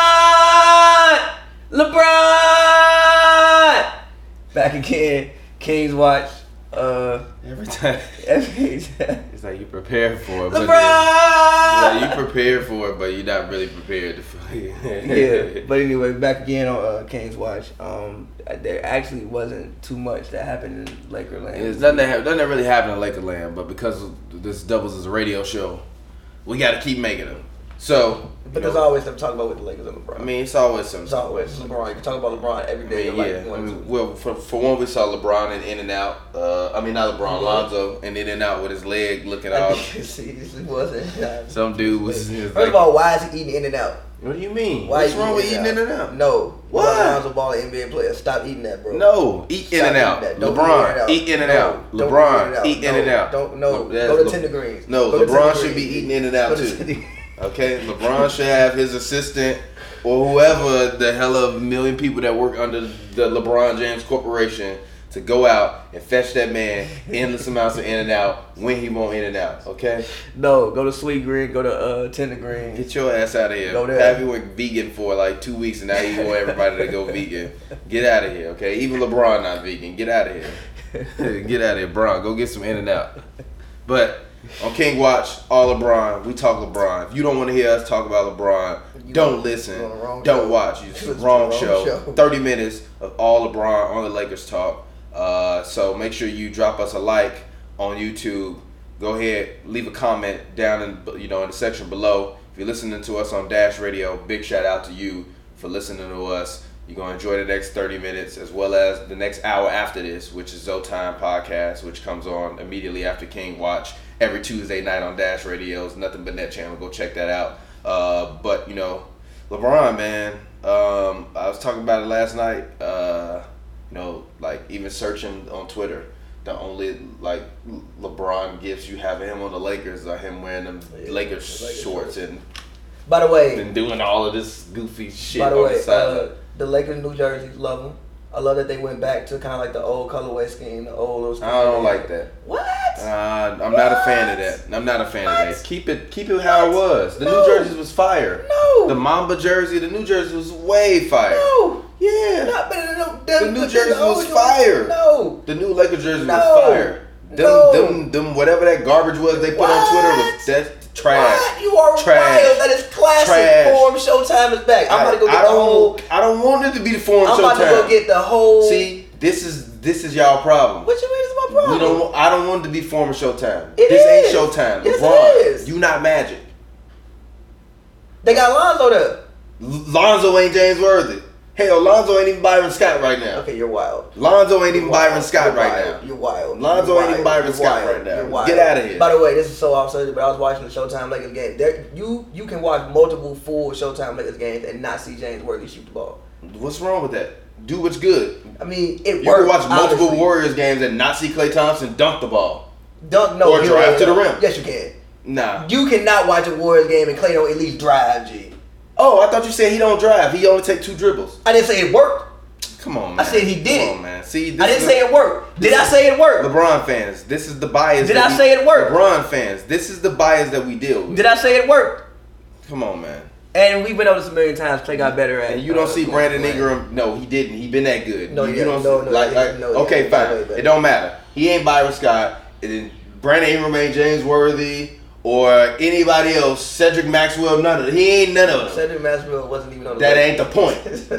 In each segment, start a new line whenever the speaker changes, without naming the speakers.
LeBron! LeBron! Back again, Kings watch. Uh,
Every time.
every
It's like you prepare for it. But it's like
LeBron.
you prepare for it, but you're not really prepared to fucking.
yeah, but anyway, back again on uh, Kane's watch. Um, there actually wasn't too much that happened in Lakerland.
It's nothing that, hap- nothing that really happened in Lakerland, but because this doubles as a radio show, we got to keep making them. So,
But
you
there's
know,
always them talking about with the Lakers and LeBron.
I mean, it's always some.
it's always LeBron. You can talk about LeBron every
I
day.
mean,
like,
yeah.
you
I
want
mean,
to.
well, for, for one, we saw LeBron in In and Out. Uh, I mean, not
Mm-hmm.
LeBron, Lonzo, and In and Out with his leg looking all.
See, it wasn't.
Some dude was. he was
First of
uh, like,
all, why is he eating in and out?
what do you mean?
Why
What's
you
wrong with eating In and Out?
No.
Why?
LeBron's a ball NBA player. Stop eating that, bro.
No, eat in
Stop
and out.
eating that. Don't
LeBron, eat in and
No,
out.
don't
LeBron, eat in
No,
and out.
Don't no.
that's
Go to
Le-
Tender Greens.
No,
Go to
LeBron
Tender
should be
Greens.
eating in and out
Go to
too.
Tender-
Okay, LeBron should have his assistant or whoever the hell of million people that work under the LeBron James Corporation to go out and fetch that man endless amounts of in and out when he want in and out. Okay,
No, go to Sweet Green. Go to uh, Tender Greens.
get your ass out of here.
Go there.
Have you went vegan for like two weeks and now you want everybody to go vegan. Get out of here. Okay, even LeBron not vegan. Get out of here. get out of here, Bron. Go get some In and Out. But on King Watch, all LeBron. We talk LeBron. If you don't want to hear us talk about LeBron,
You
don't
on-
listen.
you on the wrong
Don't
show.
watch. It's the
It's the
wrong,
wrong
show.
show.
Thirty minutes of all LeBron on the Lakers talk. Uh, so make sure you drop us a like on YouTube. Go ahead, leave a comment down in you know in the section below. If you're listening to us on Dash Radio, big shout out to you for listening to us. You're gonna enjoy the next 30 minutes as well as the next hour after this, which is Zotime Podcast, which comes on immediately after King Watch every Tuesday night on Dash Radio's Nothing But Net channel. Go check that out. Uh, but you know, LeBron, man, um, I was talking about it last night. Uh, you know, like even searching on Twitter, the only like LeBron gifts you having him on the Lakers are him wearing them
Yeah,
Lakers,
the Lakers
shorts and,
By the way,
and doing all of this goofy shit
by the
on
way,
the side.
uh, the Lakers New Jerseys love them. I love that they went back to kind of like the old colorway scheme, the old. little
I don't
scheme.
like that.
What?
Uh, I'm not a fan of that. I'm not a fan of that.
What?
Keep it, keep it how it was. The
No.
New Jerseys was fire.
No.
The Mamba jersey, the New Jersey was way fire.
no.
Yeah.
Not better than
The New Jersey was fire.
No.
The new Laker jersey
No.
was fire. Them,
No.
them, them, whatever that garbage was they put on Twitter was
What?
that's trash.
What? You are
Trash.
wild. That is classic
Trash.
form. Showtime is back. I'm about to go
I-
get
I
the
don't,
whole.
I don't want it to be the foreign
I'm
showtime.
about to go get the whole.
See, this is this is y'all problem.
What you mean is my problem?
We don't. want- I don't want it to be former Showtime.
It
this
is.
ain't Showtime.
Yes, it
LeBron,
is.
you not Magic.
They got Lonzo there.
Lonzo ain't James Worthy. Hell, Lonzo ain't even Byron Scott right now.
Okay, you're wild.
Lonzo ain't even
You're wild.
Byron Scott
You're
right
wild.
now.
You're wild.
Lonzo
You're
ain't
wild.
even Byron
You're
Scott
wild.
right now.
You're wild.
Get outta here.
By the way, this is so off subject, but I was watching the Showtime Lakers game. There, you you can watch multiple full Showtime Lakers games and not see James Worthy shoot the ball.
What's wrong with that? Do what's good.
I mean, it
You
worked.
can watch multiple
obviously.
Warriors games and not see Klay Thompson dunk the ball.
Dunk, no,
or
you
drive
can't.
to the rim.
Yes, you can.
Nah.
You cannot watch a Warriors game and Clay don't at least drive, G.
Oh, I thought you said he don't drive. He only take two dribbles.
I didn't say it worked.
Come on,
I
man.
said he did
Come
it.
on, man. See, this
I didn't
is-
say it worked. Did I say it worked?
LeBron fans, this is the bias.
Did
that
I
we-
say it worked?
LeBron fans, this is the bias that we deal with.
Did I say it worked?
Come on, man.
And we've been over this a million times. Clay got better at.
And you don't
uh,
see
going
Brandon
away.
Ingram. No, he didn't. He been that good.
No,
you,
he
you
didn't. No,
don't see,
no,
like,
he
like
didn't. No, he
okay,
didn't. No,
fine.
he didn't.
it don't matter. He ain't Byron Scott. And then Brandon Ingram ain't James Worthy or anybody else. Cedric Maxwell. None of them. He ain't none of them.
Cedric Maxwell wasn't even on the
That
list.
ain't the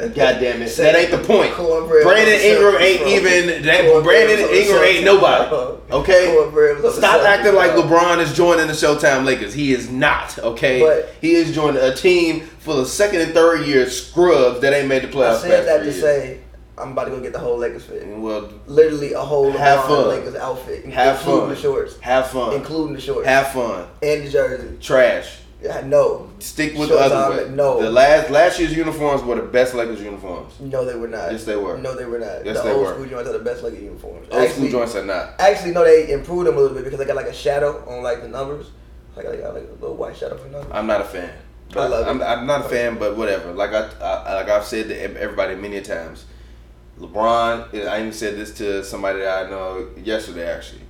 point. God damn it. That ain't the point.
Cornbread
Brandon
was on
Ingram
the
ain't
show.
even. That,
Cornbread
Brandon
was on the
Ingram
show.
ain't nobody.
Cornbread was
Okay?
on the
Stop
show.
acting like LeBron is joining the Showtime Lakers. He is not, okay?
But-
he is joining a team full of second and third year scrubs that ain't made the
I
playoffs.
said
past
that
three
to
years.
say I'm about to go get the whole Lakers fit.
Well,
Literally a whole
Have
LeBron
fun.
Lakers outfit,
have
including
fun.
the shorts,
Have fun.
including the shorts
have fun.
and the jersey.
Trash.
Yeah, no,
Stick with
Shorts
the
on
other
it,
way.
no.
The last last year's uniforms were the best Lakers uniforms.
no, they were not.
Yes, they were.
No, they were not.
Yes,
the
they
old
were.
school joints are the best Lakers uniforms.
Old
Actually-
school joints are not.
Actually, no, they improved them a little bit because they got like a shadow on like the numbers. Like they got like a little white shadow for numbers.
I'm not a fan.
I love it.
am I'm not a fan, but whatever. Like I, I like I've said to ev- everybody many a times. LeBron, I even said this to somebody that I know yesterday actually.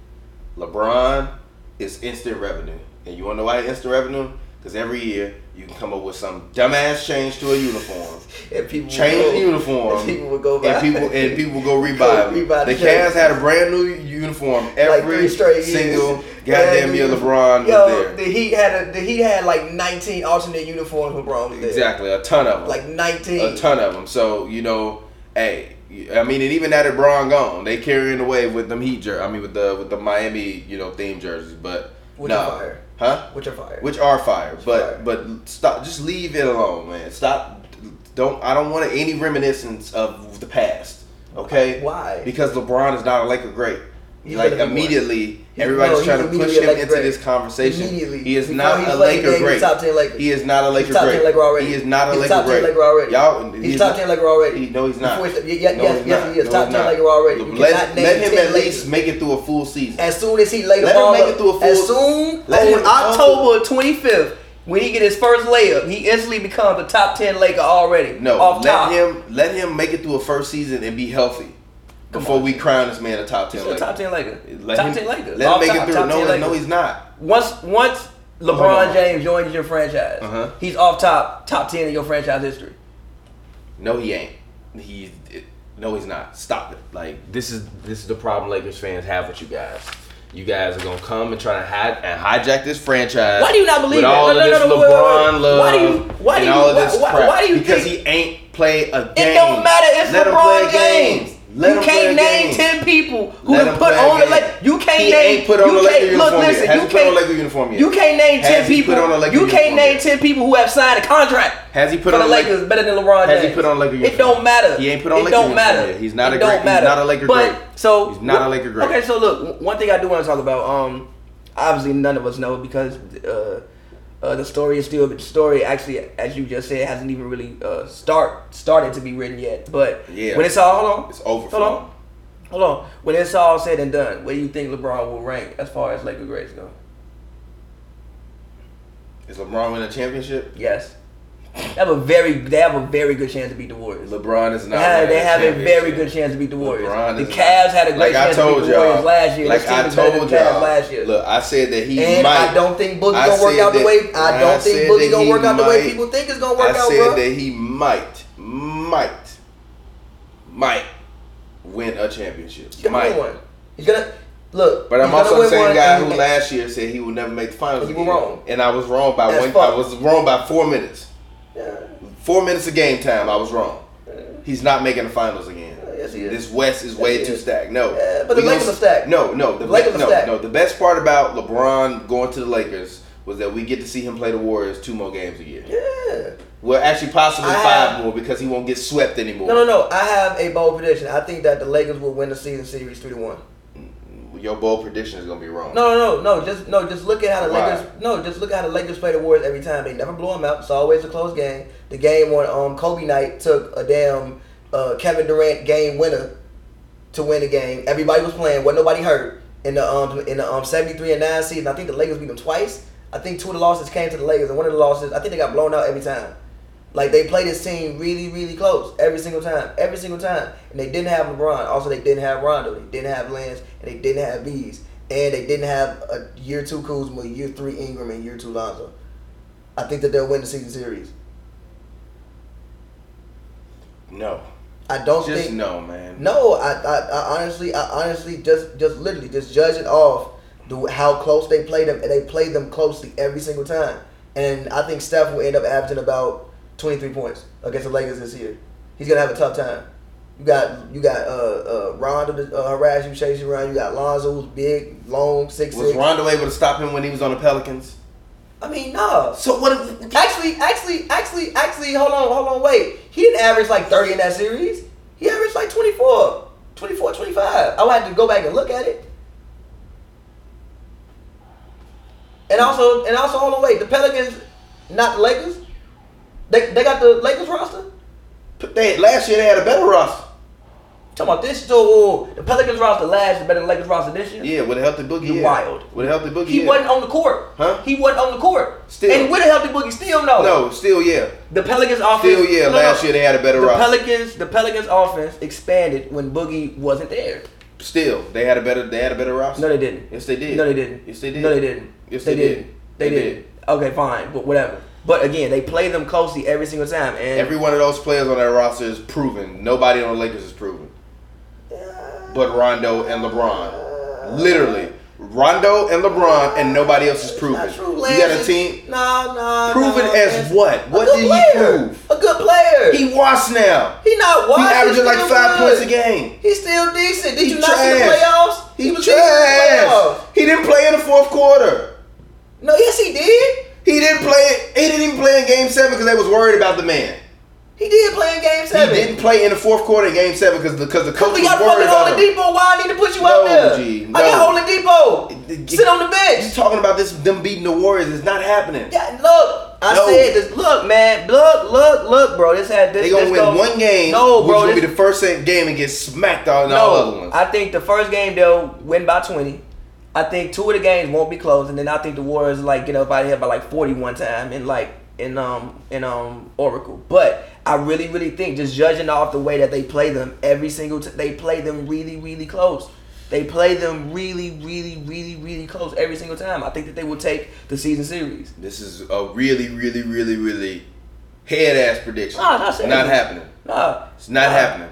LeBron is instant revenue, and you want to know why instant revenue? Because every year you can come up with some dumbass change to a uniform,
And people would
change
go-
the uniform,
and people would go
and
buy-
people and people go rebuy.
Go
them.
rebuy the
the Cavs
shirts.
had a brand new uniform
Like
every
three straight years.
single
Brand
goddamn
new
year
uniform.
LeBron was
Yo,
there.
the Heat had a the Heat had like 19 alternate uniforms when LeBron was there.
Exactly, a ton of them.
Like 19.
a ton of them. So you know, hey, I mean, and even now that Braun gone, they carrying the wave with them Heat jer- I mean, with the with the Miami, you know, theme jerseys. But
Which
no,
are fire.
huh?
Which are fire.
Which are fire.
fire.
But but stop. Just leave it alone, man. Stop. Don't. I don't want any reminiscence of the past. Okay.
Why?
Because LeBron is not a Laker great.
He's
like
better than
immediately,
He's-
everybody's
no, he's
trying to push
immediately a
him
Laker
into
great.
this conversation.
Immediately.
He is
Before
not
he
a
played the
Laker
game,
great.
he's top 10 Laker.
He is not a Laker
top 10
great.
Laker already.
He is not a
He's
Laker
top 10
great.
Laker already.
Y'all,
He's top 10 Laker already.
He, no, he's not.
Before he- yeah, yeah,
no,
yes,
he's
yes,
not.
he is.
No,
Top
he's
10
not.
Laker already. You
Let,
cannot name
let him
10
at least
Lakers.
make it through a full season.
As soon as he laid
Let
the
him
ball
make
up-
it through a full-
as soon
let him-
On October 25th, when he get his first layup, he instantly becomes a top 10 Laker already.
No,
off
let
top.
him let him make it through a first season and be healthy before we crown this man a top ten.
He's a
Laker.
top 10 Laker.
Let
top
him,
10 Laker.
Let him
Off
make
top,
it through.
top
No,
10
no,
Laker.
he's not.
Once once
Hold on.
LeBron James joins your franchise,
Uh-huh.
he's off top top ten in your franchise history.
No, he ain't. He's it- no, he's not. Stop it. Like this is this is the problem Lakers fans have with you guys. You guys are gonna come and try to hide and hijack this franchise.
Why do you not believe
with
that?
All
No,
of
no,
this
no, no, wait, wait,
LeBron
wait.
love.
Why do you- why do
and
you-
all of this
why- why-
crap.
why do you
Because
think-
he ain't play a game.
It don't matter. It's
Let him play
LeBron
a game.
James.
Let
you
him play a
can't name
game.
ten people who
Let
have
him
put
play a
on the
game.
Laker. You can't
He
name.
ain't put on
you
the Laker
can't-
uniform
Look,
yet.
listen.
Has
you
he put on
can't.
a Laker uniform yet?
You can't name
Has
ten
he put
people.
on a Laker
you can't
uniform
name
yet?
ten people who have signed a contract.
Has he put
for
on
the
a Laker?
Lakers better than LeBron James?
Has he put on Laker
It
uniform?
don't matter.
He ain't put on
it
Laker
don't
uniform
matter.
yet. He's not a
it
great-
Don't
he's
matter.
not a Laker
but,
great.
So
He's not a
wh-
Laker great.
Okay, so look, w- one thing I do want to talk about. Um, obviously none of us know because uh, uh, the story is still the story. Actually, as you just said, hasn't even really uh, start started to be written yet. But
Yeah.
when it's all hold on,
It's over for
Hold on, hold on. When it's all said and done, where do you think LeBron will rank as far as Laker greats go?
Is LeBron winning a championship?
Yes, they have a very they have a very good chance to beat the Warriors.
LeBron is
They
not.
have, they
winning
have a
championship.
very good chance to beat the Warriors.
LeBron
the
is not-
Cavs had a great
Like I
chance to beat
told
the
y'all,
Warriors last year.
Like
This team
I
is better than
told
the Cavs
y'all
last year.
Look, I said that he
And
might.
I don't think Boogie's
I
gonna work
said
out the
that-
way I don't
said
think Boogie's
that
gonna
he
work out the way
might-
people think it's gonna work
I
out,
said
bro.
that he might, might, might win a championship.
He's gonna
might.
win one. He's gonna look.
But I'm
he's gonna
also the
win
same
one
guy
and
who
he-
last year said he would never make the finals.
You were
again.
wrong.
and I was wrong by
As
one.
fuck.
I was wrong by four minutes.
Yeah.
Four minutes of game time. I was wrong. He's not making the finals again.
Oh, Yes, he is.
This West is way
Yes, he
too
is.
stacked. No,
Yeah, but
We
the Lakers
gonna-
are stacked.
No, no, the,
The Lakers
be-
are
no,
stacked.
no. The best part about LeBron going to the Lakers was that we get to see him play the Warriors two more games a year.
Yeah.
Well, actually, possibly
I
five
have-
more because he won't get swept anymore.
No, no, no. I have a bold prediction. I think that the Lakers will win the season series three to one.
Your bold prediction is gonna be wrong.
No, no, no, no. Just no. Just look at how the
Why?
Lakers. No, just look at how the Lakers play the Warriors every time. They never blow them out. It's always a close game. The game on um, Kobe night took a damn uh, Kevin Durant game winner to win the game. Everybody was playing. Wasn't nobody hurt in the um in the um seventy three and nine season. I think the Lakers beat them twice. I think two of the losses came to the Lakers, and one of the losses I think they got blown out every time. Like they played this team really, really close every single time, every single time, and they didn't have LeBron. Also, they didn't have Rondo, they didn't have Lance, and they didn't have Bees, and they didn't have a year two Kuzma, year three Ingram, and year two Lonzo. I think that they'll win the season series.
no.
I don't
Just
think
no, man.
No, I, I, I honestly, I honestly just, just literally just judge it off the, how close they play them, and they play them closely every single time. And I think Steph will end up averaging about twenty three points against the Lakers this year. He's gonna have a tough time. You got you got uh, uh, Rondo to uh, harass you, chase you around. You got Lonzo, who's big, long, six
Was
six.
Rondo able to stop him when he was on the Pelicans?
I mean, no.
So what? If,
Actually, actually, actually, actually, hold on, hold on, wait. He didn't average like 30 in that series. He averaged like 24, 24, 25. I would have to go back and look at it. And also, and also, hold on, wait. The Pelicans, not the Lakers. They, they got the Lakers roster.
they, last year they had a better roster.
Talking about this, so the Pelicans roster last is better than Lakers roster this year.
Yeah, with a healthy boogie.
You're
yeah.
wild.
With a healthy boogie.
He
yeah.
wasn't on the court.
Huh?
He wasn't on the court.
Still.
And with a healthy boogie, still no.
No, still yeah.
The Pelicans offense.
Still yeah.
no, no.
last year they had a better
the
roster.
Pelicans, the Pelicans offense expanded when Boogie wasn't there.
still, they had a better. They had a better roster.
No, they didn't.
Yes, they did.
No, they didn't.
Yes, they did.
No, they didn't.
Yes,
they,
they
did.
did.
They,
They
did.
did.
Okay, fine, but whatever. But again, they play them closely every single time, and
Every one of those players on that roster is proven. Nobody on the Lakers is proven. But Rondo and LeBron. Literally. Rondo and LeBron and nobody else is proven.
Not true,
You
Lance
got a
is-
team
Nah, nah.
proven
nah,
as
Lance-
what?
A
What
good
did he
player.
prove?
A good player. He,
He washed now.
he not
He
washed.
averaging like
still
five
good.
points a game.
He's still decent. Did
He
you not see the
trash.
playoffs?
He,
was decent in the
trash.
playoffs.
He didn't play in the fourth quarter.
No, yes he did.
He didn't play. He didn't even play in Game Seven because they was worried about the man.
He did play in Game Seven.
He didn't play in the fourth quarter in Game Seven because the because the coach
We
was
got
worried
fucking
about him.
Oladipo. Why I need to put you
No,
out there?
G,
I
no.
got Oladipo.
It- it-
Sit on the
You
bench.
talking about this them beating the Warriors? It's not happening.
Yeah, look, I
No.
said this. Look,
Look, man, look, look, look, bro. This had this.
They gonna
this
win
go-
one game,
No, bro.
which will
this-
be the first game and get smacked on all other
no,
ones.
I think the first game they'll win by twenty. I think two of the games won't be close, and then I think the Warriors like get up out of here by like forty one time and like in um in um Oracle. But I really really think just judging off the way that they play them every single t- they play them really really close. They play them really really really really close every single time. I think that they will take the season series.
this is a really, really, really, really head ass prediction.
Nah, not serious.
Not happening.
Nah,
It's not
Nah.
happening.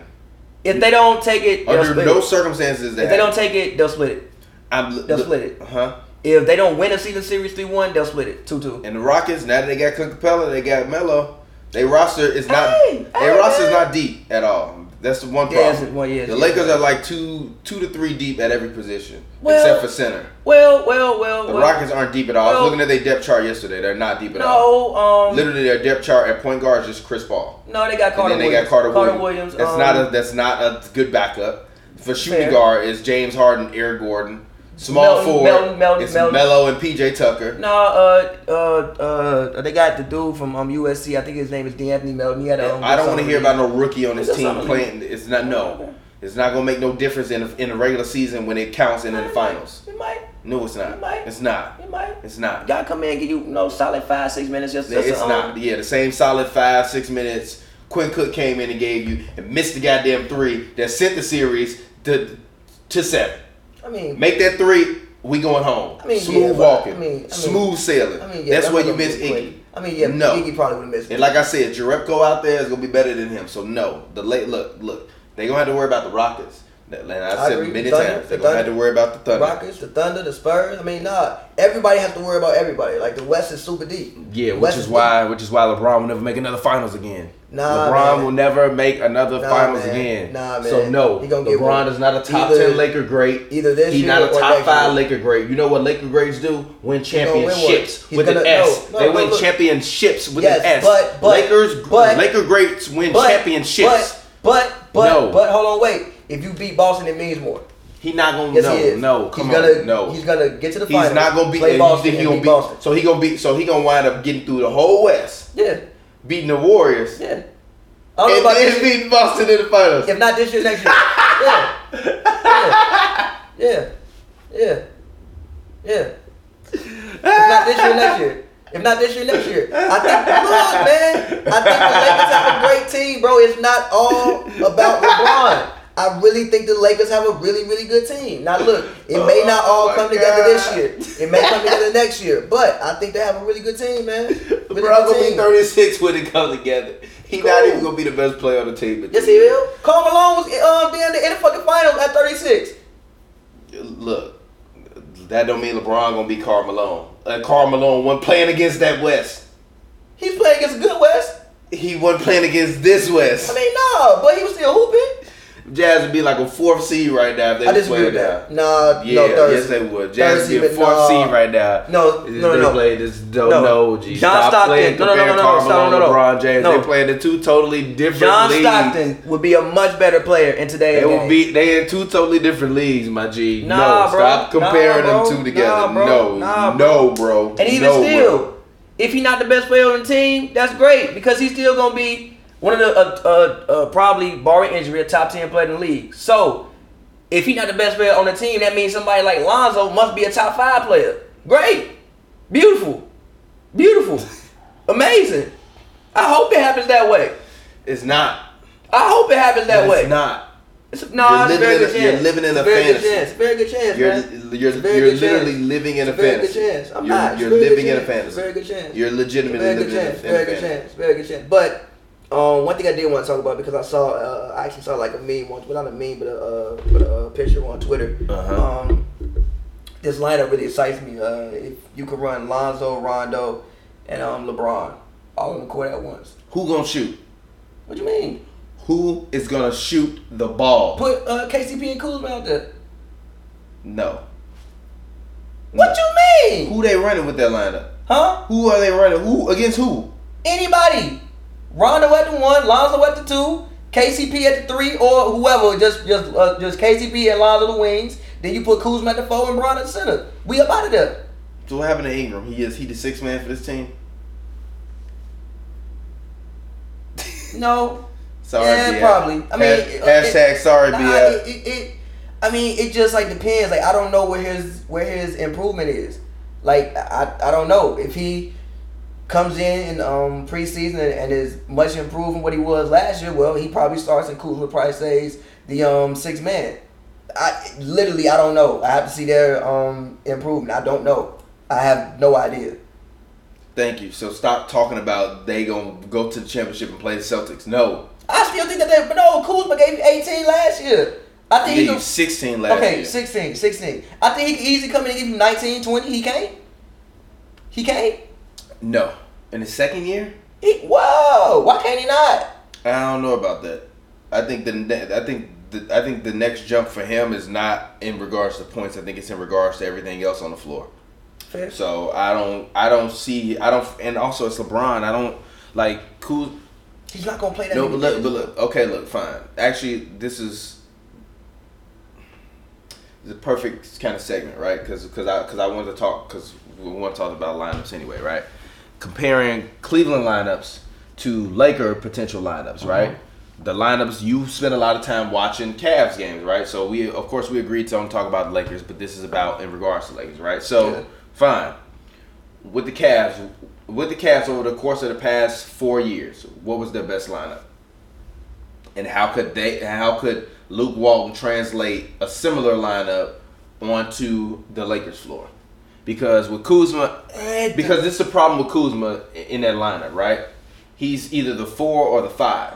if they don't take it, they'll
Under
split
no
it.
circumstances is that
If they don't take it, they'll split it.
I'm li-
they'll split it.
Huh?
If they don't win a season series three one, they'll split it two two.
And the Rockets, now that they got Clint Capella, they got Melo. Their roster is not
Hey,
their
hey,
roster is
man.
not deep at all. That's the one
Yeah, it's-
problem.
well, yeah,
the
yeah.
Lakers are like two two to three deep at every position.
Well,
except for center.
Well, well, well,
The
well.
Rockets aren't deep at all. I
well-
was looking at their depth chart yesterday. They're not deep at all.
No, um,
Literally their depth chart at point guard is just Chris Paul.
no, they got
And
Carter.
then they
Williams.
got Carter,
Carter
Williams.
Williams.
That's
um,
not a that's not a good backup. For shooting
Fair.
guard is James Harden, Eric Gordon. Small
Melton,
forward
Melton, Melton,
it's
Melton.
Melo and PJ Tucker.
No, uh, uh, uh, they got the dude from um USC. I think his name is D'Anthony Melton. He had a. Um,
I don't want to hear about no rookie on
Is
this
that
team
something?
playing. It's not no. It's not gonna make no difference in the, in the regular season when it counts and in the finals.
It might.
No, it's not.
It might.
It's not.
It might.
It's not.
Y'all come in and give you, you know, solid five six minutes just. just
It's
to, um,
not. Yeah, the same solid five six minutes. Quinn Cook came in and gave you and missed the goddamn three that sent the series to to seven.
I mean,
Make that three. We going home.
I mean, yeah,
Smooth
but
walking.
I mean- I mean-
smooth sailing.
I mean, yeah,
That's
that
where you
would've
miss
been quick.
Iggy.
I mean, yeah,
No.
Iggy probably would have missed.
And like I said, Jarepko out there is gonna be better than him. So no, the late look, look, they gonna have to worry about the Rockets. And I
I
said
agree.
many
Thunder,
times
the
they're gonna have
Thunder.
to worry about the
the
Thunder.
Rockets, the Thunder, the Spurs. I mean, nah, everybody has to worry about everybody. Like the West is super deep.
Yeah, which
West
is
deep.
why which is why LeBron will never make another finals again.
Nah,
LeBron
man.
will never make another
Nah,
finals
man.
again.
Nah,
So
man.
no,
He gonna get
LeBron
one.
is not a top
Either-
ten Laker great.
either this
he's
year
not a
or
top
next
five
year.
Laker great. You know what Laker greats do? Win
gonna win one.
championships
He's
with an
gonna-
S.
no, no,
they
no,
win
look.
championships with
Yes,
an S.
but- but-
Lakers,
but-
Laker greats win
But-
championships.
But but but,
No.
but hold on, wait. If you beat Boston, it means more.
He not gonna
Yes,
no
he is.
no come
he's
on
gonna,
no
He's gonna get to the
He's
finals.
not gonna beat
play
and
Boston
you think he
and
gonna
beat
beat
Boston.
so he gonna beat so he gonna wind up getting through the whole West
Yeah,
beating the Warriors
yeah. I don't know
and
about
then
this. year.
beating Boston in the finals.
If not this year, next year. Yeah. yeah. Yeah. Yeah. Yeah. If not this year, next year. If not this year, next year. I think, look, man, I think the Lakers have a great team, bro. It's not all about LeBron. I really think the Lakers have a really, really good team. Now, look, it may not all
Oh,
come
my
together
God.
this year. It may come together next year, but I think they have a really good team, man. Really
Bro, I'm
good
gonna be
team.
36 when it comes together. He not
Cool.
even gonna be the best player on the team. but-
Yes, he will. Carl Malone was um, damn near in the fucking finals at 36.
Look, that don't mean LeBron gonna be Carl Malone. Uh, Carl Malone wasn't playing against that West.
He's playing against a good West.
He wasn't playing against this
I
West.
mean, no, but he was still hooping.
Jazz would be like a fourth seed right now if they
I
were
disagree with
playing now.
that. Nah,
uh, Yeah,
no, third.
yes they would. Jazz
Thursday,
be a
but
fourth
nah.
seed right now.
No,
They
no, no, no.
play this don't
No.
know. G.
John
Stop
Stockton.
playing
No, no, no,
comparing
no, no,
Carmelo
stop, no,
and
no.
LeBron James.
No.
They playing in two totally different
John
leagues.
Stockton would be a much better player in today's
They
game.
will be. They in two totally different leagues, my G.
Nah,
no,
bro.
stop comparing
Nah, bro.
them two together.
Nah, bro.
No,
Nah, bro.
no, bro.
And even
No,
still,
bro.
if he's not the best player on the team, that's great because he's still gonna be one of the uh, uh, uh, probably barring injury, a top ten player in the league. So if he's not the best player on the team, that means somebody like Lonzo must be a top five player. Great, beautiful, beautiful, amazing. I hope it happens that way.
it's not
I hope it happens that
It's
way.
not.
It's, no, it's a
living
very
in a-
good chance.
you're living in
it's
a
very Good
fantasy.
chance. It's a very good chance,
You're
man.
you're,
It's a very
you're
good
literally
chance.
living in a
It's a very good
fantasy.
chance. I'm
you're
not. It's
you're
a very good
living in a
chance. It's
fantasy.
a very good chance.
You're legitimately
Very good
living in a
chance. Very good
fantasy.
chance. Very good chance.
But um, one thing I did want to talk about because I saw, uh, I actually saw like a meme once, well not a meme, but a, uh, but a uh, picture on Twitter.
Uh-huh.
Um, this lineup really excites me. Uh, if you could run Lonzo, Rondo, and um, LeBron all on the court at once.
Who gonna shoot?
What you mean?
Who is gonna shoot the ball?
Put uh, KCP and Kuzma out there.
no.
What you mean?
Who they running with that lineup?
Huh?
Who are they running? Who against who?
Anybody? Rondo at the one, Lonzo at the two, KCP at the three, or whoever. Just just uh, just KCP and Lonzo the wings. Then you put Kuzma at the four and Bron at the center. We up out of there.
So what happened to Ingram? He is he the sixth man for this team?
No.
Sorry,
Yeah,
BS.
probably. I mean,
Hash-
it-
hashtag sorry,
Nah,
BS.
it, it, it, I mean, it just like depends. Like I don't know where his where his improvement is. Like I I don't know if he comes in in um preseason and, and is much improved from what he was last year. Well, he probably starts and Kuzma probably stays the um six man. I literally I don't know. I have to see their um improvement. I don't know. I have no idea.
Thank you. So stop talking about they gonna go to the championship and play the Celtics. No,
I still think that they. But no, Kuzma gave you 18 last year. I
he
think he
gave
can
you 16 last
Okay,
year.
16, 16. I think he could easily come in and give you 19, 20. He can't. He can't.
No, in his second year,
He, whoa, why can't he not?
I don't know about that. I think the ne- I think the, I think the next jump for him is not in regards to points. I think it's in regards to everything else on the floor.
Fair.
So I don't I don't see I don't and also it's LeBron. I don't like cool.
He's not gonna play that.
No,
many
but look,
games.
but look. Okay, look, fine. Actually, this is the perfect kind of segment, right? Because I because I wanted to talk because we want to talk about lineups anyway, right? Comparing Cleveland lineups to Laker potential lineups, right? The lineups you spend a lot of time watching Cavs games, right? So we of course we agreed to don't talk about the Lakers, but this is about in regards to Lakers, right? So
Yeah.
fine with the Cavs, with the Cavs over the course of the past four years, what was their best lineup? And how could they? How could Luke Walton translate a similar lineup onto the Lakers floor? Because with Kuzma,
Eh,
because this is the problem with Kuzma i- in that lineup, right? He's either the four or the five.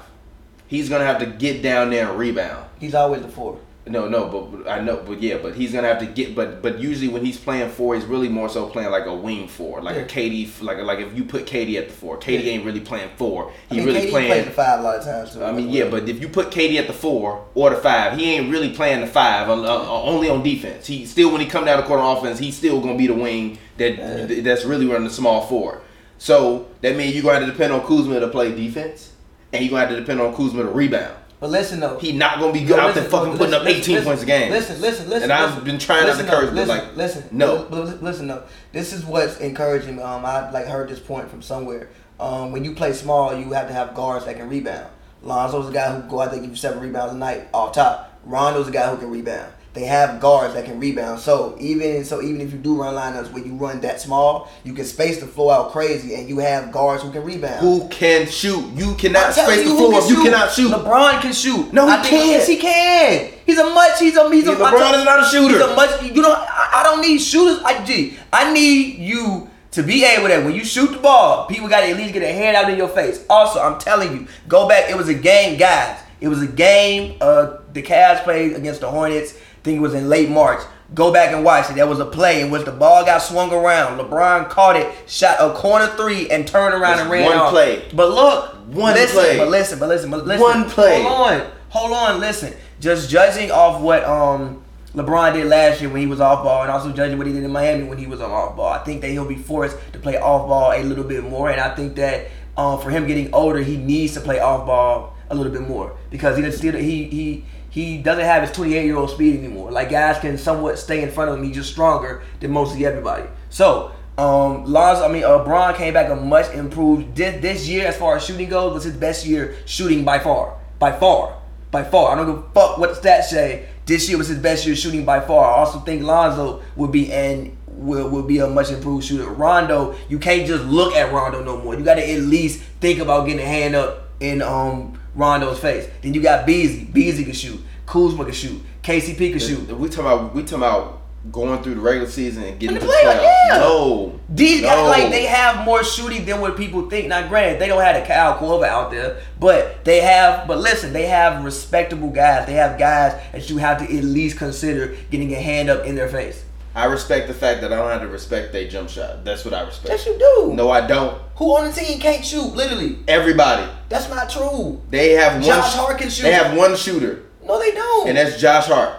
He's gonna have to get down there and rebound.
he's always the four.
No, no, but, but I know, but yeah, but he's gonna have to get, but but usually when he's playing four, he's really more so playing like a wing four, like
Yeah.
a KD, f- like like if you put KD at the four, KD
Yeah.
ain't really playing four,
I
he
mean,
really
KD plays
playing.
the five a lot of times too.
I mean, yeah, but if you put KD at the four or the five, he ain't really playing the five, uh, uh, only on defense. He still when he come down the court on offense, he's still gonna be the wing that
Yeah.
th- that's really running the small four. So that means you're gonna have to depend on Kuzma to play defense, and you're gonna have to depend on Kuzma to rebound.
but listen though,
He not gonna be
Yo,
good out there
listen,
fucking
listen,
putting up
listen,
18
listen,
points a game.
Listen, listen, listen.
And I've
listen.
been trying not to
Listen, no,
curse, but
listen,
like,
listen,
no.
Li- li- listen, no. This is what's encouraging. Um, I like heard this point from somewhere. Um, when you play small, you have to have guards that can rebound. Lonzo's a guy who go out there and give you seven rebounds a night off top. Rondo's a guy who can rebound. They have guards that can rebound. So even so, even if you do run lineups where you run that small, you can space the floor out crazy, and you have guards who can rebound.
Who can shoot? You
I'm
cannot
telling
space the
who
floor.
can
You cannot shoot.
LeBron can shoot.
No, he
I think-
can't.
Yes, he can. He's a much. He's a. He's a.
LeBron
I'm telling-
is not a shooter.
He's a much. You don't. I, I don't need shooters. I gee. I need you to be able to when you shoot the ball, people got to at least get a hand out in your face. Also, I'm telling you, go back. It was a game, guys. It was a game. Uh, the Cavs played against the Hornets. I think it was in late March. Go back and watch it. There was a play in which the ball got swung around. LeBron caught it, shot a corner three, and turned around and
That's
ran
one
off.
play.
But look,
One
listen,
play.
But listen, but listen, but listen.
One play.
Hold on, hold on. Listen, just judging off what um LeBron did last year when he was off ball, and also judging what he did in Miami when he was on off ball. I think that he'll be forced to play off ball a little bit more, and I think that um for him getting older, he needs to play off ball a little bit more because he doesn't still he he. He doesn't have his 28 year old speed anymore. Like guys can somewhat stay in front of him. He's just stronger than most of everybody. So um, Lonzo, I mean, uh, Braun came back a much improved. This, this year, as far as shooting goes, was his best year shooting by far. By far. By far. I don't give a fuck what the stats say. This year was his best year shooting by far. I also think Lonzo will be and will, will be a much improved shooter. Rondo, you can't just look at Rondo no more. You got to at least think about getting a hand up in um Rondo's face. Then you got Beasley. Beasley can shoot. Kuzma could shoot. KCP could shoot.
We talking about we talking about going through the regular season and getting
And
to
the playoff,
playoffs.
yeah.
No,
These guys,
No.
like, they have more shooting than what people think. Now, granted, they don't have a Kyle Corver out there, but they have. But listen, they have respectable guys. They have guys that you have to at least consider getting a hand up in their face.
I respect the fact that I don't have to respect their jump shot. That's what I respect.
Yes, you do.
No, I don't.
Who on the team can't shoot? Literally,
Everybody.
that's not true.
They have one.
Josh
sh-
Hart can shoot.
They have one shooter,
No, they don't.
and that's Josh Hart.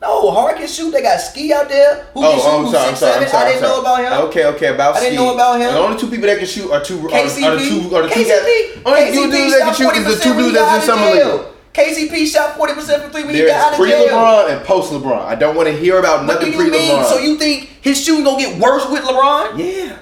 no, Hard can shoot. They got Ski out there. Who can shoot?
Oh, I'm
who's
sorry, I'm sorry, I'm
6'7"?
sorry.
I didn't
I'm
know about
sorry.
him.
Okay, okay, about
I didn't
Steve.
know about him.
The only two people that can shoot are two. Are, are the
KCP,
two? Are the two
KCP,
guys? Only two dudes that can shoot is the two dudes that's in summer league.
KCP shot forty percent from three when he
There's
got out of
pre
jail.
LeBron and post LeBron. I don't want to hear about
What do
nothing
you
pre
mean?
LeBron.
So you think his shooting gonna get worse with LeBron?
yeah,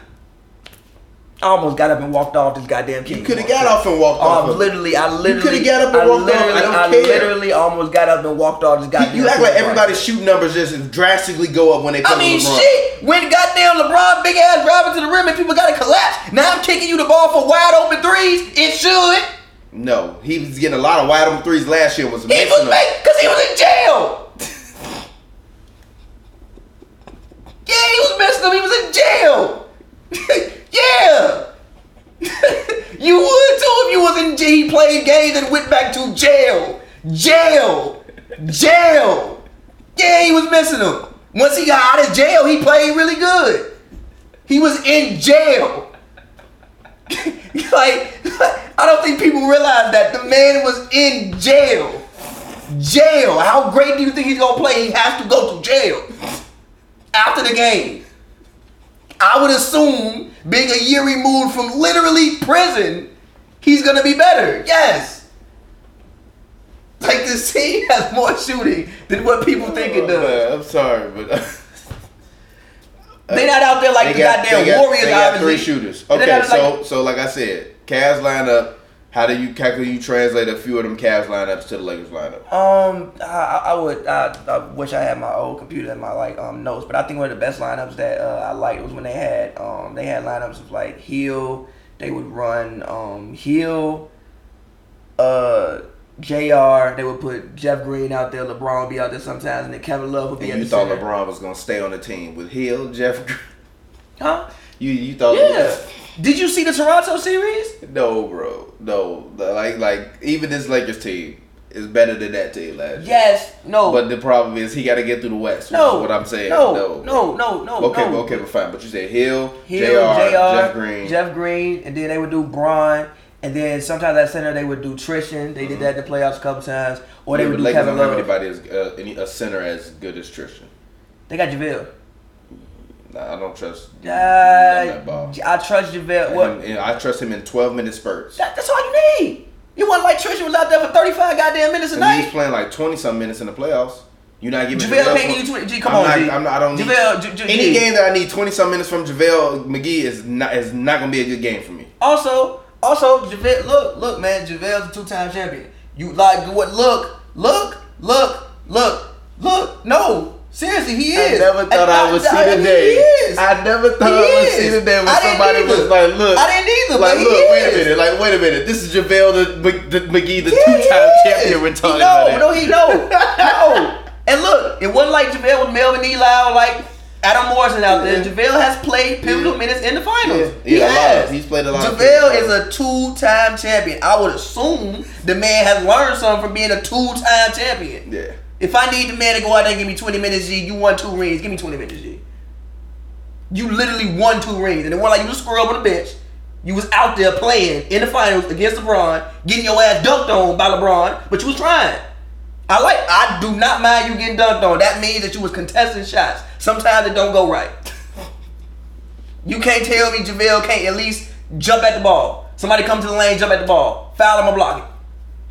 I almost got up and walked off this goddamn team.
you could have got off and walked
Oh,
off.
I
of-
literally, I literally,
coulda got up and
I
walked off. I
literally-
don't
I
care.
literally almost got up and walked off this goddamn.
You act like
team.
everybody's shoot numbers just drastically go up when they
I
come
mean,
to LeBron.
shit. When goddamn LeBron big ass driving to the rim and people got to collapse. Now I'm kicking you the ball for wide open threes. It should.
No, he was getting a lot of wide open threes last year. and Was
He
missing
was
them.
made because he was in jail. yeah, he was missing them. He was in jail. yeah. you would too if you was in jail. He played games and went back to jail. Jail. Jail. Yeah, he was missing them. Once he got out of jail, he played really good. He was in jail. like, I don't think people realize that the man was in jail. Jail. How great do you think he's gonna play? He has to go to jail after the game. I would assume, being a year removed from literally prison, he's gonna be better. Yes. Like this team has more shooting than what people think it
Oh,
does.
man, I'm sorry, but
They're not out there like the goddamn Warriors.
They got three
obviously.
shooters.
They're
Okay,
not like-
so so like I said, Cavs lineup. How do you how can you translate a few of them Cavs lineups to the Lakers lineup?
Um, I, I I would. I, I wish I had my old computer and my like um notes, but I think one of the best lineups that uh, I liked was when they had um they had lineups of like Hill. They would run um Hill, uh Jr. They would put Jeff Green out there. LeBron would be out there sometimes, and then Kevin Love would be
And
at
you
the
thought
center.
LeBron was gonna stay on the team with Hill, Jeff. Green.
Huh?
You you thought
Yeah. Did you see the Toronto series?
No, bro, no. Like like even this Lakers team is better than that team last year.
Yes. No.
But the problem is he got to get through the West. Which
no.
is what I'm saying.
No. No. No. No.
Okay,
no.
but okay, but fine. But you said Hill,
Hill,
JR,
JR,
Jeff Green.
Jeff Green, and then they would do Braun, and then sometimes at center they would do Trishan. They did that in the playoffs a couple times, or they would
Mm-hmm. Yeah, but
do
Lakers
Kevin
don't have
Love.
anybody as uh, any a center as good as Tristan.
They got Javale.
Nah, I don't trust. him on that
Uh,
ball.
I trust Javale.
Him-
Well,
and I trust him in twelve minute spurts.
that, that's all you need. You want like Trishan was out there for thirty five goddamn minutes a
And he's
night.
playing like twenty some minutes in the playoffs. You're not giving
Javale
tw-
can't give you twenty. G, come
I'm
on,
not-
G.
I'm not- I don't need-
Javale, J- J-
Any
G.
game that I need twenty some minutes from Javale McGee is not is not gonna be a good game for me.
Also, also, Javale, look, look, man, Javale's a two-time champion. You like what? Look, look, look, look, look. No, seriously, he is. And and He is.
I never thought
He
I would
is.
see the day when
I didn't
somebody was
either.
like, "Look,
I didn't either,
like,
but he
look, wait a
is.
minute, like, wait a minute, this is Javale the, the, McGee, the
Yeah, he
two-time
is.
champion we're
He
talking
know,
about." here.
No, he no, no. And look, it wasn't like Javale with Melvin Eli or like Adam Morrison out there.
Yeah.
Javale has played pivotal
Yeah.
minutes in the finals.
Yeah. Yeah,
he
a lot.
has.
He's played a lot of
Javale
pivotal
is a two-time champion. I would assume the man has learned something from being a two-time champion.
Yeah.
If I need the man to go out there and give me 20 minutes, G, you won two rings. Give me 20 minutes, G. You literally won two rings. And it wasn't like you was squirrel on the bench. You was out there playing in the finals against LeBron, getting your ass dunked on by LeBron, but you was trying. I like I do not mind you getting dunked on. That means that you was contesting shots. Sometimes it don't go right. You can't tell me JaVale can't at least jump at the ball. Somebody come to the lane, jump at the ball. Foul him or block it.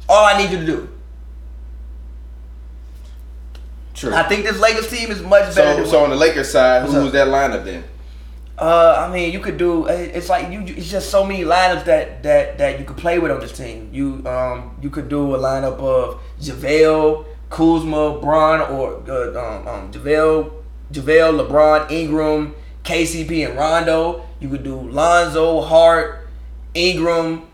All I need you to do.
True.
I think this Lakers team is much better.
So,
than
so on the Lakers side, who
What's
was
up?
that lineup then?
Uh, I mean, you could do. it- It's like you. It's just so many lineups that that that you could play with on this team. You um you could do a lineup of Javale, Kuzma, Braun, or uh, um, um Javale, Javale, LeBron, Ingram, KCP, and Rondo. You could do Lonzo, Hart, Ingram,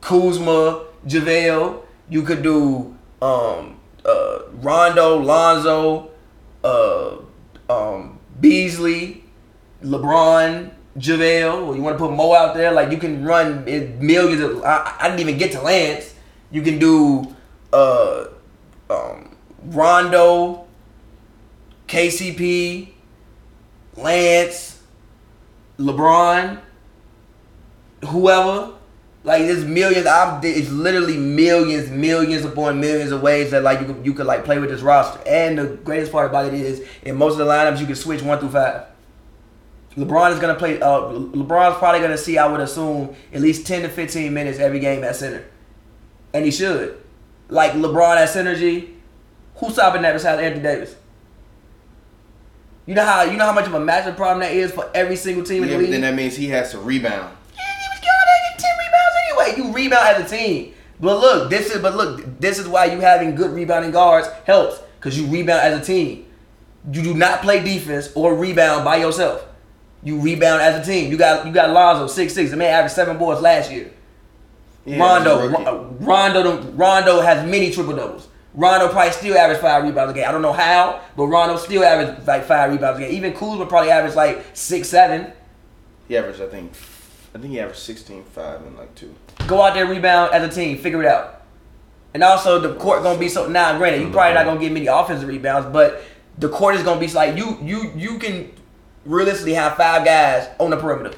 Kuzma, JaVale. You could do um uh, uh, Rondo, Lonzo, uh, um, Beasley, LeBron, JaVale, or you want to put Mo out there, like you can run it- millions of. I, I didn't even get to Lance. You can do uh, um, Rondo, KCP, Lance, LeBron, whoever. Like there's millions. I'm, it's literally millions, millions upon millions of ways that like you could, you could like play with this roster. And the greatest part about it is, in most of the lineups, you can switch one through five. LeBron is gonna play. Uh, LeBron's probably gonna see. I would assume at least ten to fifteen minutes every game at center, and he should. Like LeBron at center, G. Who's stopping that besides Anthony Davis? You know how you know how much of a matchup problem that is for every single team in
Yeah,
the
but
league.
then that means he has to rebound.
And he was going to get ten rebounds anyway. You rebound as a team. But look, this is but look, this is why you having good rebounding guards helps because you rebound as a team. You do not play defense or rebound by yourself. You rebound as a team. You got you got Lonzo six six. The man averaged seven boards last year.
Yeah, he's
Rondo
a rookie.
Ron- Rondo don't- Rondo has many triple doubles. Rondo probably still averaged five rebounds a game. I don't know how, but Rondo still averaged like five rebounds a game. Even Kuzma probably averaged like six seven.
He averaged, I think, I think he averaged 16, 5, and like 2.
go out there rebound as a team, figure it out. And also the court gonna be so now nah, granted, you probably not gonna get many offensive rebounds, but the court is gonna be like you you you can realistically have five guys on the perimeter.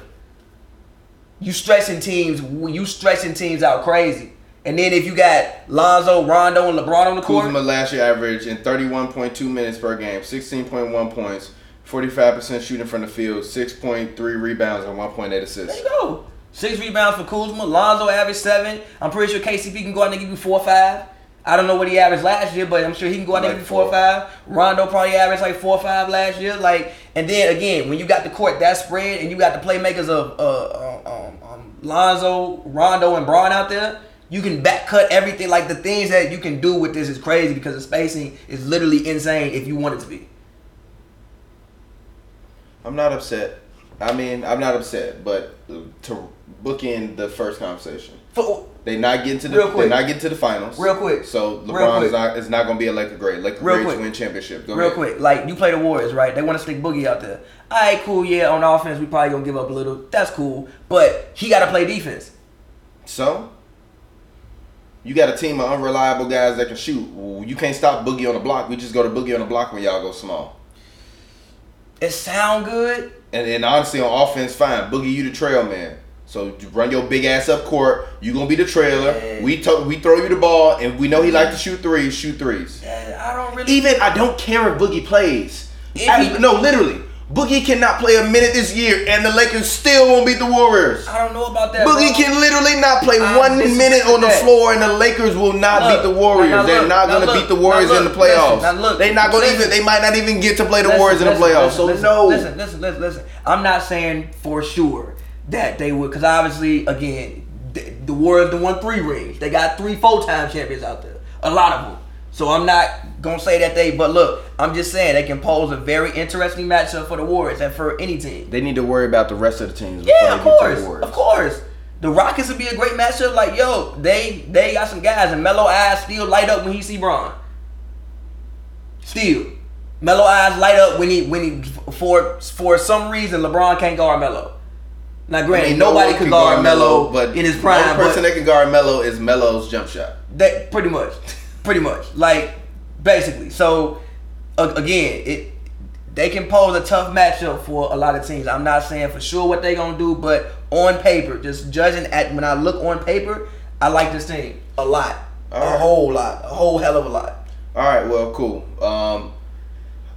You stretching teams you stretching teams out crazy. And then if you got Lonzo, Rondo, and LeBron on the court,
Kuzma last year averaged in 31.2 minutes per game, 16.1 points, 45% shooting from the field, 6.3 rebounds, and 1.8
there
assists.
you go. Six rebounds for Kuzma. Lonzo averaged seven. I'm pretty sure KCP can go out and give you four or five. I don't know what he averaged last year, but I'm sure he can go out there and give you
Like
four or
four.
five. Rondo probably averaged like four or five last year. Like, and then again, when you got the court that spread and you got the playmakers of uh, um, um, um, Lonzo, Rondo, and Braun out there, you can back cut everything. Like the things that you can do with this is crazy because the spacing is literally insane if you want it to be.
I'm not upset. I mean, I'm not upset, but to bookend the first conversation,
For,
they not getting to the
Real
they
quick.
not getting to the finals.
Real quick.
So
Real
LeBron
quick.
is not is not going to be a Laker great. Laker
Real
greats
quick.
win championship. Go
Real
ahead.
quick, like you play the Warriors, right? They want to stick Boogie out there. All right, cool. Yeah, on offense, we probably gonna give up a little. That's cool, but he got to play defense.
So you got a team of unreliable guys that can shoot. You can't stop Boogie on the block. We just go to Boogie on the block when y'all go small.
It sound good.
And, and honestly, on offense, fine. Boogie, you the trail man. So you run your big ass up court. You gonna be the trailer.
Yeah.
We to- we throw you the ball, and we know he like to shoot threes. Shoot threes.
Yeah, Eh, I don't really.
Even I don't care if Boogie plays.
If
I-
he-
no, literally, Boogie cannot play a minute this year, and the Lakers still won't beat the Warriors.
I don't know about that.
Boogie
bro.
can literally not play
I
one
disagree
minute on the
with that.
floor, and the Lakers will not
Look,
beat the Warriors.
now- now
They're
look,
not
now
going to
look,
beat the Warriors
now
in the
look, listen,
playoffs.
now look,
They're not going to
listen.
even. They might not even get to play the
Listen,
Warriors in the
listen,
playoffs.
listen,
so
listen,
no.
Listen, listen, listen, listen. I'm not saying for sure that they would, because obviously, again, the, the Warriors the won three rings. They got three full time champions out there, a lot of them. So I'm not gonna say that they. But look, I'm just saying they can pose a very interesting matchup for the Warriors and for any team.
They need to worry about the rest of the teams.
Yeah, of course, of course. The Rockets would be a great matchup. Like, yo, they they got some guys, and Melo eyes still light up when he see Bron. Still, Melo eyes light up when he when he for for some reason LeBron can't guard Melo. Now,
I
granted,
mean, no
nobody
one
could
can
guard Melo, but in his prime,
the person
but
that can guard Melo is Melo's jump shot.
that pretty much, pretty much, like basically. So a- again, it they can pose a tough matchup for a lot of teams. I'm not saying for sure what they gonna do, but on paper, just judging at when I look on paper, I like this team a lot, a
Alright.
whole lot, a whole hell of a lot.
All right, well, cool. Um,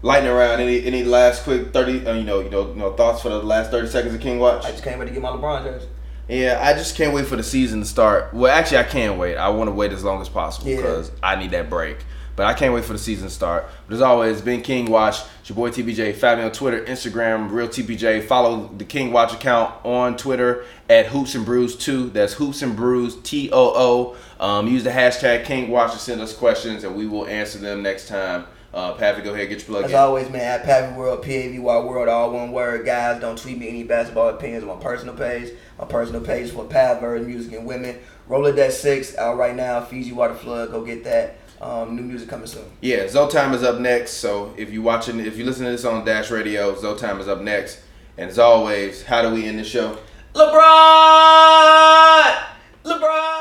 lightning round. Any any last quick thirty? Uh, you know, you know, you know, thoughts for the last thirty seconds of King Watch.
I just can't wait to get my LeBron jersey.
Yeah, I just can't wait for the season to start. Well, actually, I can't wait. I want to wait as long as possible
Yeah.
because I need that break. But I can't wait for the season to start. But as always, Ben King Watch, it's your boy TBJ. Find me on Twitter, Instagram, Real TBJ. Follow the King Watch account on Twitter at Hoops and Brews 2. That's Hoops and Brews T O O. Um, use the hashtag King Watch to send us questions, and we will answer them next time. Uh, Patrick, go ahead, get your plug
As
in.
always, man, at Pavy World, P A V Y World, all one word. Guys, don't tweet me any basketball opinions on my personal page. My personal page for Pavers, Music, and Women. Roller Deck 6 out right now. Fiji Water Flood, go get that.
Um, new music coming soon.
Yeah, Zoltime is up next. So if you watching, if you listen to this on Dash Radio, Zoltime is up next. And as always, how do we end the show?
LeBron! LeBron!